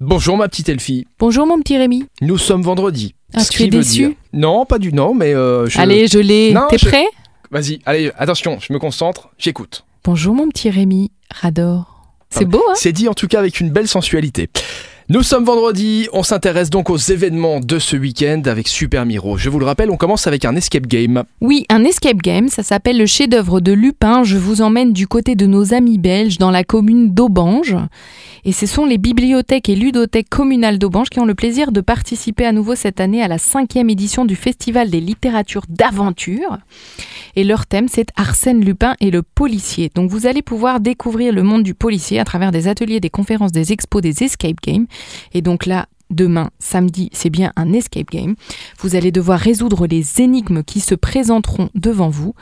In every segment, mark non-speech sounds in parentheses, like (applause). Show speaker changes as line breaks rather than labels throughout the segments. Bonjour ma petite Elfie,
Bonjour mon petit Rémi.
nous sommes vendredi.
Ah,
Ce
tu
qui
es
veut
déçu
dire- Non, pas du non, mais euh, je...
Allez, je l'ai.
Non,
T'es
je-
prêt
Vas-y, allez, attention, je me concentre, j'écoute.
Bonjour mon petit Rémi. Rador. C'est
Ah.
beau, hein
C'est dit en tout cas avec une belle sensualité. Nous sommes vendredi, on s'intéresse donc aux événements de ce week-end avec Super Miro. Je vous le rappelle, on commence avec un escape game.
Oui, un escape game, ça s'appelle le chef-d'œuvre de Lupin. Je vous emmène du côté de nos amis belges dans la commune d'Aubange. Et ce sont les bibliothèques et ludothèques communales d'Aubange qui ont le plaisir de participer à nouveau cette année à la cinquième édition du Festival des littératures d'aventure. Et leur thème, c'est Arsène Lupin et le policier. Donc vous allez pouvoir découvrir le monde du policier à travers des ateliers, des conférences, des expos, des escape games. Et donc là, demain, samedi, c'est bien un escape game. Vous allez devoir résoudre les énigmes qui se présenteront devant vous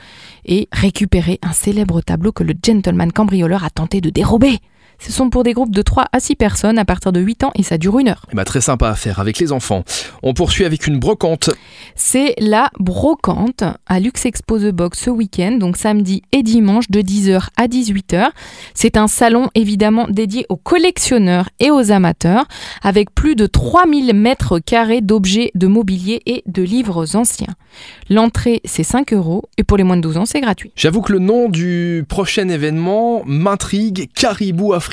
et récupérer un célèbre tableau que le gentleman cambrioleur a tenté de dérober. Ce sont pour des groupes de 3 à 6 personnes à partir de 8 ans et ça dure une heure.
Eh ben, très sympa à faire avec les enfants. On poursuit avec une brocante.
C'est la brocante à Lux Expo The Box ce week-end, donc samedi et dimanche de 10h à 18h. C'est un salon évidemment dédié aux collectionneurs et aux amateurs, avec plus de 3000 mètres carrés d'objets de mobilier et de livres anciens. L'entrée, c'est 5 euros et pour les moins de 12 ans, c'est gratuit.
J'avoue que le nom du prochain événement m'intrigue, Caribou Africa.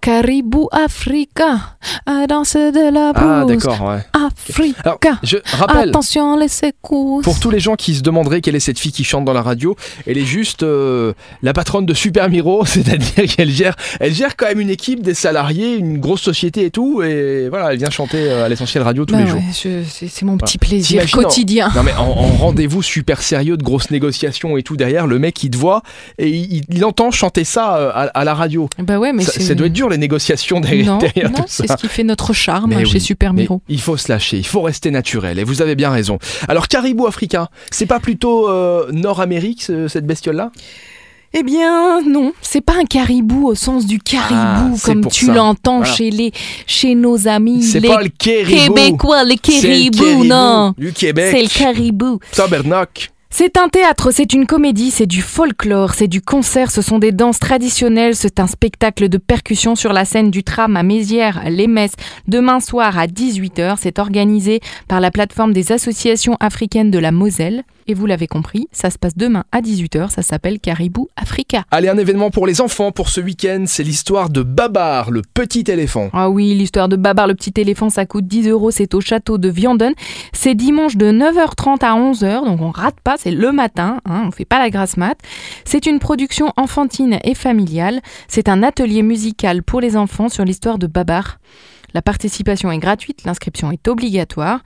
Caribou Africa, à danse de la Ah,
Ah
brousse.
d'accord, ouais.
Africa,
Alors, je rappelle,
attention les secousses.
Pour tous les gens qui se demanderaient quelle est cette fille qui chante dans la radio, elle est juste euh, la patronne de Super Miro, (laughs) c'est-à-dire qu'elle gère, elle gère quand même une équipe, des salariés, une grosse société et tout, et voilà, elle vient chanter euh, à l'essentiel radio tous
Bah
les jours.
ouais, je- c'est c'est mon
Voilà.
petit plaisir
T'imagines en-
quotidien.
Non mais en, en rendez-vous super sérieux de grosses négociations et tout derrière, le mec il te voit et il, il entend chanter ça euh, à, à la radio.
Bah ouais, mais
ça,
c'est-
ça doit être dur les négociations derrière,
non,
derrière
non,
tout ça.
c'est ce qui fait notre charme
Mais
chez
oui,
Super
Mais
Miro.
il faut se lâcher, il faut rester naturel, et vous avez bien raison. Alors, caribou africain, c'est pas plutôt euh, Nord-Amérique, ce- cette bestiole-là
Eh bien, non, c'est pas un caribou au sens du
Ah,
caribou
c'est
comme
pour
tu
ça.
l'entends
Voilà.
chez les chez nos amis
C'est
les
pas le caribou
Québécois, les
c'est le
caribous, non.
Du
C'est le
Québec
caribou.
Tabernacle
C'est un théâtre, c'est une comédie, c'est du folklore, c'est du concert, ce sont des danses traditionnelles, c'est un spectacle de percussion sur la scène du tram à Mézières, les Messes. Demain soir à 18h, c'est organisé par la plateforme des associations africaines de la Moselle. Et vous l'avez compris, ça se passe demain à 18h, ça s'appelle Caribou Africa.
Allez, un événement pour les enfants pour ce week-end, c'est l'histoire de Babar, le petit éléphant.
Ah oui, l'histoire de Babar le petit éléphant, ça coûte 10 euros, c'est au château de Vianden. C'est dimanche de 9h30 à 11h, donc on rate pas, c'est le matin, hein, on fait pas la grasse mat. C'est une production enfantine et familiale. C'est un atelier musical pour les enfants sur l'histoire de Babar. La participation est gratuite, l'inscription est obligatoire.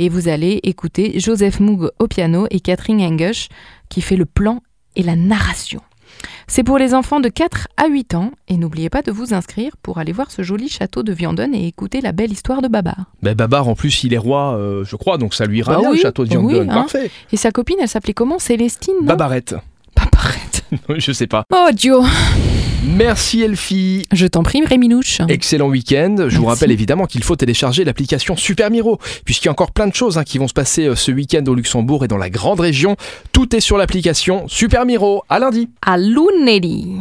Et vous allez écouter Joseph Moog au piano et Catherine Engush qui fait le plan et la narration. C'est pour les enfants de 4 à 8 ans et n'oubliez pas de vous inscrire pour aller voir ce joli château de Vianden et écouter la belle histoire de Babar.
Mais Ben, Babar, en plus, il est roi, euh, je crois, donc ça lui ira
Bah
bien,
oui,
le château de
bah oui,
Vianden.
hein.
Parfait
Et sa copine, elle s'appelait comment Célestine non
Babarette.
Babarette.
(laughs) je sais pas.
Oh Dio
Merci Elfie
Je t'en prie, Rémilouche.
Excellent week-end. Je vous
Merci.
rappelle évidemment qu'il faut télécharger l'application Super Miro, puisqu'il y a encore plein de choses hein, qui vont se passer euh, ce week-end au Luxembourg et dans la grande région. Tout est sur l'application Super Miro. À lundi.
À lunedì